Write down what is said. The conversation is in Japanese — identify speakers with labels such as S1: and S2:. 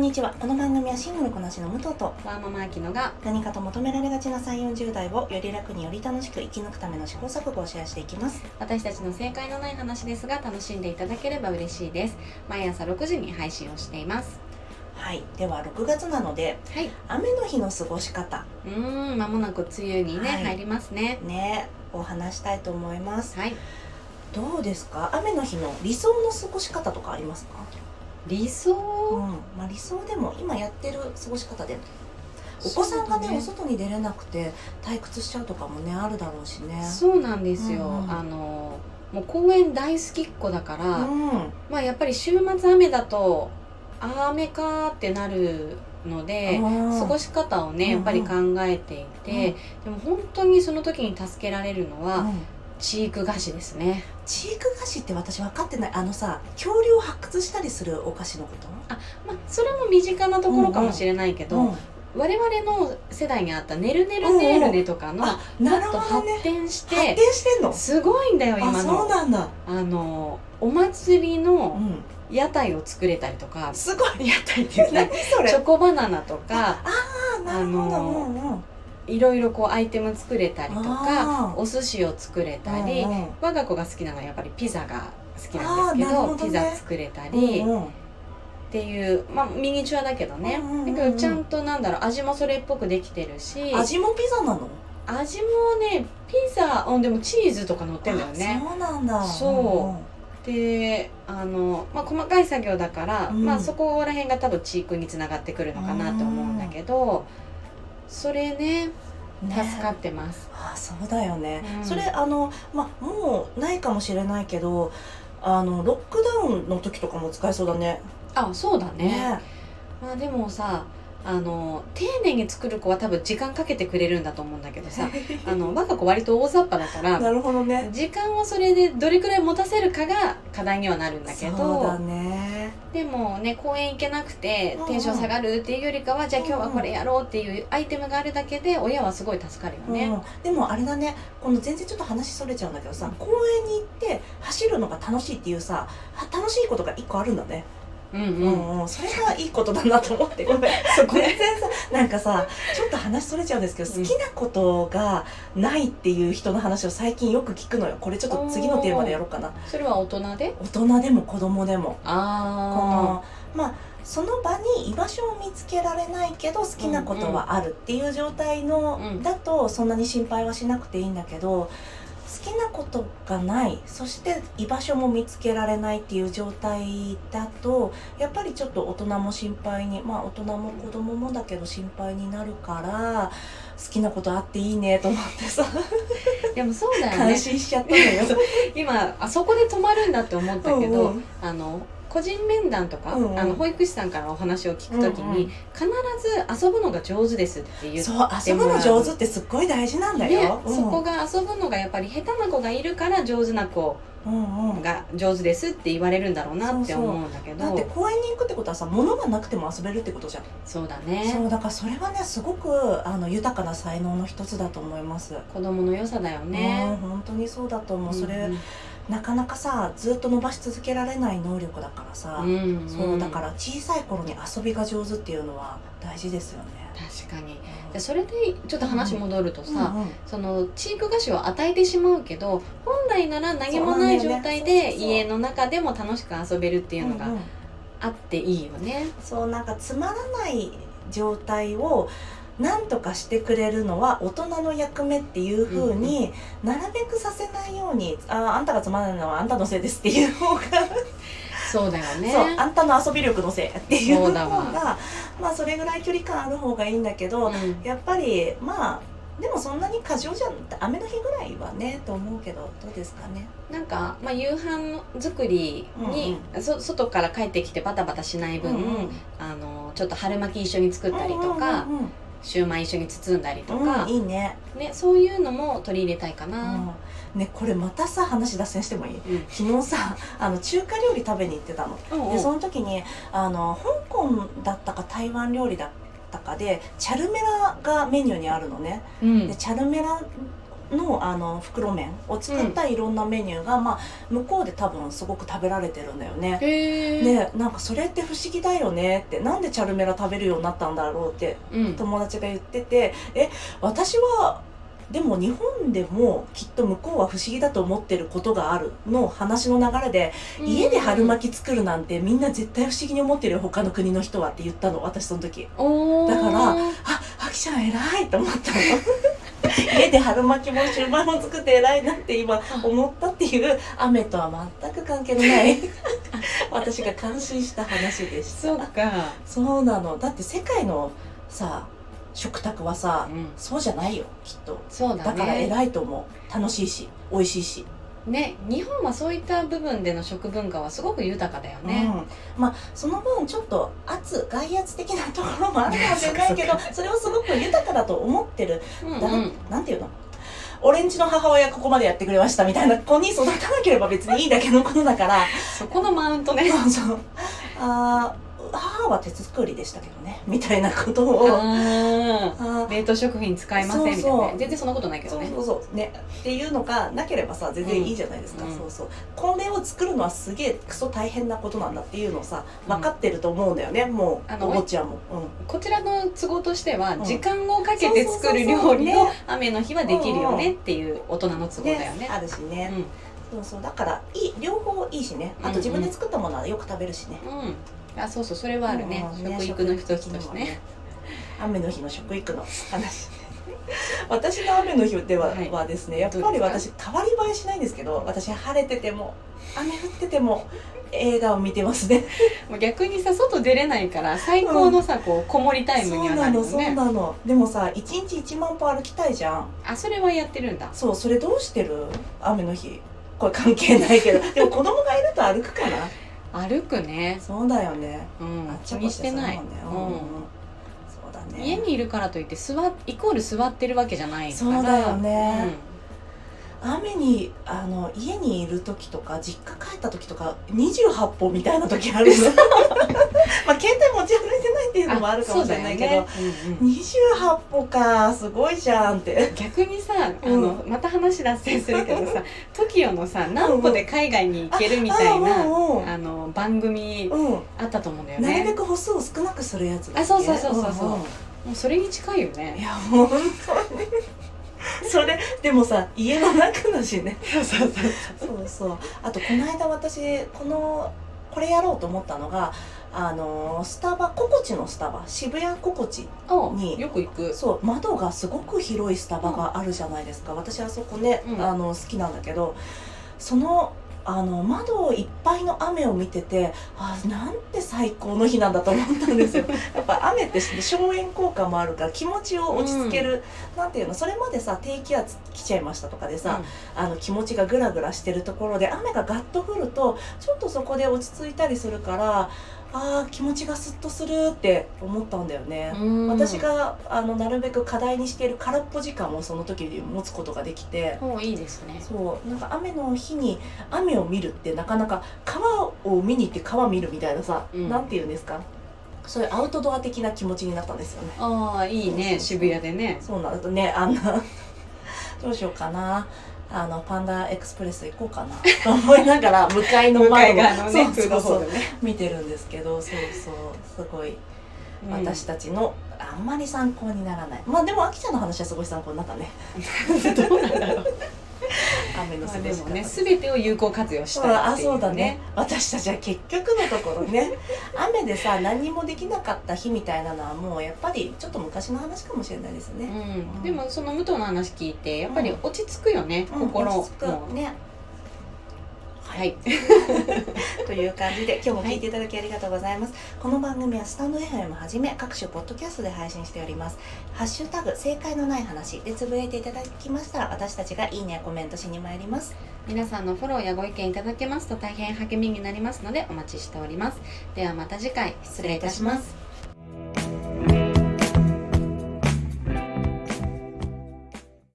S1: にちはこの番組はシングルこなしの武藤と
S2: ワーママアキノが
S1: 何かと求められがちな3 4 0代をより楽により楽しく生き抜くための試行錯誤をシェアしていきます
S2: 私たちの正解のない話ですが楽しんでいただければ嬉しいです毎朝6時に配信をしています
S1: はいでは6月なので
S2: はい
S1: 雨の日の過ごし方
S2: うーん間もなく梅雨にね、
S1: はい
S2: 入りますね
S1: ねお話したいと思います
S2: はい
S1: どうですか雨の日の理想の過ごし方とかありますか
S2: 理想
S1: うん、まあ、理想でも今やってる過ごし方でお子さんがねお外に出れなくて退屈しちゃうとかもねあるだろうしね
S2: そうなんですよ、
S1: うんうん
S2: あのもう公園大好きっ子だから、
S1: うん
S2: まあやっぱり週末雨だとあー雨かーってなるので、過ご
S1: し
S2: し方を
S1: うん
S2: ねやっぱり考えていて、でも本当にその時に助けられるのは、チーク菓子ですね
S1: チーク菓子って私分かってないあのさ恐竜を発掘したりするお菓子のこと
S2: まあ、それも身近なところかもしれないけど、
S1: うん
S2: 我々の世代にあった「ねるねるねるね」とかの
S1: あ
S2: も
S1: な
S2: っ
S1: る
S2: と
S1: ほどね
S2: 発展して、
S1: 発展してんの
S2: すごいんだよ
S1: あ
S2: 今
S1: そう
S2: のあ
S1: なんだ、
S2: のお祭り
S1: う
S2: の
S1: ん、
S2: 屋台を作れたりとか、
S1: すごい
S2: 屋台っていう ね
S1: 何それ
S2: チョコバナナとか
S1: あなるほど、
S2: あの
S1: うんうん
S2: いろいろこうアイテム作れたりと
S1: あ
S2: か
S1: ー
S2: お寿司を作れたり、
S1: うんうん
S2: 我が子が好きなのはやっぱりピザが好きなんですけ
S1: あーな
S2: ど
S1: るほどね
S2: ピザ作れたり、
S1: うんうん
S2: っていう、まあ、ミニチュアだけどね、
S1: うんうんうんうん
S2: だけどちゃんとなんだろう味もそれっぽくできてるし
S1: 味もピザなの
S2: 味もねピザうんでもチーズとか乗ってんだよね
S1: あそうなんだ
S2: そであの、まあ、細かい作業だから、
S1: うん
S2: まあ、そこら辺が多分チークにつながってくるのかなと思うんだけど、それね
S1: うんうんね
S2: 助かってます、
S1: あそうだよね、
S2: うん
S1: それあの、まあ、もうないかもしれないけどあのロックダウンの時とかも使えそうだね
S2: あそうだね
S1: ね
S2: まあでもさあの丁寧に作る子は多分時間かけてくれるんだと思うんだけ どさあの我が子割と大雑把だから
S1: なるほどね
S2: 時間をそれでどれくらい持たせるかが課題にはなるんだけ
S1: そうだ
S2: ど、
S1: ね
S2: でもね公園行けなくて
S1: うん
S2: テンション下がるっていうよりかはじゃあ今日はこれやろうっていうアイテムがあるだけで親はすごい助かるよね。
S1: うん、でもあれだねこの全然ちょっと話それちゃうんだけどさ公園に行って走るのが楽しいっていうさは楽しいことが一個あるんだね、う
S2: うんうん、
S1: んうん、それがいいことだなと思ってごめん
S2: そこ
S1: 全
S2: ね
S1: 然さなんかさちょっと話それちゃうんですけど
S2: うん
S1: 好きなことがないっていう人の話を最近よく聞くのよこれちょっと次のテーマでやろうかな
S2: それは大人で
S1: 大人でも子供でもこ
S2: あ
S1: のまあその場に居場所を見つけられないけど好きなことはあるっていう状態の、
S2: うん
S1: だとそんなに心配はしなくていいんだけど好きなことがないそして居場所も見つけられないっていう状態だとやっぱりちょっと大人も心配にまあ大人も子供もだけど心配になるから好きなことあっていいねと思ってさ
S2: でもそうだよ
S1: 感
S2: ね
S1: 心しちゃったのよ。
S2: 今あそこで止まるんだって思ったけど、
S1: うんうん
S2: あの個人面談とか、
S1: うんうん
S2: あの保育士さんからお話を聞くとき
S1: うんうん
S2: に、必ず遊ぶのが上手ですって言って
S1: そう遊ぶの上手ってすっごい大事なんだ
S2: ね
S1: よ。うん
S2: そこが遊ぶのがやっぱり下手な子がいるから上手な子
S1: うんうん
S2: が上手ですって言われるんだろうなって思うんだけど
S1: だって公園に行くってことはさ物がなくても遊べるってことじゃん、
S2: そうだ
S1: そ
S2: ね
S1: うだからそれはねすごくあの豊かな才能の一つだと思います
S2: 子供の良さだよ
S1: うん
S2: ね、
S1: 本当にそうだと思う、それ
S2: ん
S1: なかなかさずっと伸ばし続けられない能力だからさ、
S2: んん
S1: そうだから小さい頃に遊びが上手っていうのは大事ですよね
S2: 確か
S1: う
S2: にで
S1: ん
S2: それでちょっと話戻るとさ、
S1: うんうん
S2: そのチーク菓子を与えてしまうけど本来なら何もない状
S1: そう
S2: 態
S1: なんだよねそう
S2: で
S1: そうそう
S2: 家の中でも楽しく遊べるっていうの
S1: うんう
S2: が
S1: ん
S2: あっていいよね。
S1: そうなんかつまらない状態を何とかしてくれるのは大人の役目っていう風になるべくさせないように、ああんたがつまらないのはあんたのせいですっていう方が、
S2: そうだよね
S1: そうあんたの遊び力のせいっていう
S2: そ
S1: 方
S2: うだわ
S1: がまあそれぐらい距離感ある方がいいんだけど、
S2: うん
S1: やっぱりまあでもそんなに過剰じゃん雨の日ぐらいはねと思うけどどうですかね。
S2: なんか、まあ、夕飯作りに、そ外から帰ってきてバタバタしない分、
S1: うんうん
S2: あのちょっと春巻き一緒に作ったりとか、
S1: うんうんうん
S2: シューマイ一緒に包んだりとか、
S1: うんいいね、
S2: ね、そういうのも取り入れたいかな。
S1: うん、ねこれまたさ話脱線してもいい
S2: うん
S1: 昨日さあの中華料理食べに行ってたの
S2: うんうん
S1: でその時にあの香港だったか台湾料理だったかでチャルメラがメニューにあるのね
S2: うん
S1: でチャルメラのあの袋麺を使ったいろんなメニューが、まあ、向こうで多分すごく食べられてるんだよね。
S2: へえ、
S1: でなんかそれって不思議だよねってなんでチャルメラ食べるようになったんだろうって
S2: うん、
S1: 友達が言っててえ私はでも日本でもきっと向こうは不思議だと思ってることがあるの話の流れで家で春巻き作るなんてみんな絶対不思議に思ってるよ他の国の人はって言ったの私その時
S2: おー
S1: だからああきちゃん偉いと思ったの 家で春巻きもシューマイも作って偉いなって今思ったっていう雨とは全く関係のない 私が感心した話でした
S2: そうか、
S1: そうなのだって世界のさ食卓はさ
S2: うん、
S1: そうじゃないよきっと
S2: そうだ
S1: だ
S2: ね
S1: から偉いと思う楽しいし美味しいし、
S2: ね日本はそういった部分での食文化はすごく豊かだよね、
S1: うん、まあその分ちょっと圧外圧的なところもあるかもしれないけ
S2: そ
S1: どそれをすごく豊かだと思ってる
S2: うん
S1: だ、
S2: うん
S1: なんていうの俺んちの母親ここまでやってくれましたみたいな子に育たなければ別にいいだけのことだから
S2: そこのマウントね
S1: そうそうあー母は手作りでしたけどねみたいなことを
S2: あ
S1: あ
S2: ー
S1: ー
S2: 冷凍食品使えませんみたいなね
S1: そうそう
S2: 全然そんなことないけど
S1: そう
S2: ね
S1: そうそうねっていうのがなければさ全然いいじゃないですか、
S2: うん
S1: そうそうこれを作るのはすげえクソ大変なことなんだっていうのをさ分かってると思うんだよね、も
S2: あ
S1: う
S2: の
S1: お坊ちゃんも、
S2: こちらの都合としては
S1: うん
S2: 時間をかけて作る
S1: そ
S2: 料理
S1: うそうそう
S2: を
S1: ね
S2: 雨の日はできるよねっていう大人の
S1: う
S2: 都
S1: ん、
S2: 合だよね
S1: あるしね、そうそうだからいい両方いいしねあと自分で作ったものはよく食べるしね、
S2: うん、うん、あそうそうそれはあるね
S1: うん
S2: 食育の一つとしてね
S1: 雨の日の食育の話 私の雨の日では,、
S2: はい
S1: はですねやっぱり私変わり映えしないんですけど私晴れてても雨降ってても映画を見てますね
S2: もう逆にさ外出れないから最高のさこうこもりタイム
S1: そ
S2: に
S1: う
S2: は
S1: な
S2: なるよ
S1: のそう
S2: ね
S1: なのでもさ一日1万歩歩きたいじゃん
S2: あそれはやってるんだ
S1: そうそれどうしてる雨の日これ関係ないけど でも子供がいると歩くかな
S2: 歩くね
S1: そうだよね
S2: うん
S1: あっち
S2: 気
S1: ゃこ
S2: に
S1: っ
S2: し
S1: ちゃ
S2: て
S1: するもん
S2: ない
S1: ねうんうんうんそうだね
S2: 家にいるからといって座イコール座ってるわけじゃないから
S1: そうだよね雨にあの家にいる時とか実家帰った時とか28歩みたいな時あるの まあ携帯持ち歩いてないっていうのもあるかもしれないけど、
S2: そうだよねうんうん
S1: 28歩かすごいじゃんって
S2: 逆にさあ
S1: うん
S2: の、また話脱線するけどさ TOKIO のさ何歩で海外に行けるみたい
S1: うん
S2: な
S1: うんうん
S2: あの番組
S1: うん
S2: あったと思うんだよ
S1: なるべ
S2: ね
S1: く歩数を少なくするやつ
S2: あそうそうそうそうそうん
S1: ん
S2: もうそれに近いよ
S1: い
S2: ね
S1: や本当にそれでもさ家の中だしね
S2: そうそうそう
S1: そうそうあとこの間私このこれやろうと思ったのがあのスタバココチのスタバ渋谷ココチ
S2: お
S1: に
S2: よく行く
S1: そう窓がすごく広いスタバがあるじゃないですか、私あそこね、
S2: うん
S1: あの好きなんだけどそのあの窓いっぱいの雨を見ててあなんて最高の日なんだと思ったんですよやっぱ雨って消炎効果もあるから気持ちを落ち着ける、なんていうのそれまでさ低気圧来ちゃいましたとかでさ、あの気持ちがグラグラしてるところで雨がガッと降るとちょっとそこで落ち着いたりするからあー気持ちがスッとするって思ったんだよね。
S2: うん
S1: 私があのなるべく課題にしている空っぽ時間をその時に持つことができて
S2: もういいですね
S1: そうなんか雨の日に雨を見るってなかなか川を見に行って川見るみたいなさ、
S2: うん
S1: なんて言うんですかそういうアウトドア的な気持ちになったんですよね
S2: ああい
S1: そ
S2: いね
S1: うそうそう
S2: 渋谷でね
S1: そうなるとねあんな どうしようかなあのパンダエクスプレス行こうかなと思いながら向かいの
S2: 向か
S1: 窓
S2: い側の
S1: を
S2: ね
S1: そう
S2: フー
S1: そ
S2: ド
S1: う
S2: ホ
S1: そ
S2: ー
S1: う
S2: ルね
S1: 見てるんですけどそうそうすごい私たちのあんまり参考にならないまあでもあきちゃんの話はすごい参考になった ね
S2: うんどうなんだろう
S1: 雨の
S2: まあ
S1: 過
S2: で
S1: ごし
S2: も
S1: 方、
S2: ね全てを有効活用し
S1: そう
S2: たい
S1: あ
S2: ってい
S1: そうだ
S2: う
S1: ね
S2: ね
S1: 私たちは結局のところね雨でさ何もできなかった日みたいなのはもうやっぱりちょっと昔の話かもしれないですね、
S2: うん、でもその武藤の話聞いてやっぱり落ち着くよね、
S1: うん
S2: 心
S1: 落ち着
S2: も
S1: くね
S2: はい
S1: という感じで今日も聞いていただきありがとうございます、この番組はスタンド FM はじめ各種ポッドキャストで配信しておりますハッシュタグ正解のない話でつぶやいていただきましたら私たちがいいねやコメントしに参ります
S2: 皆さんのフォローやご意見いただけますと大変励みになりますのでお待ちしておりますではまた次回失礼いたします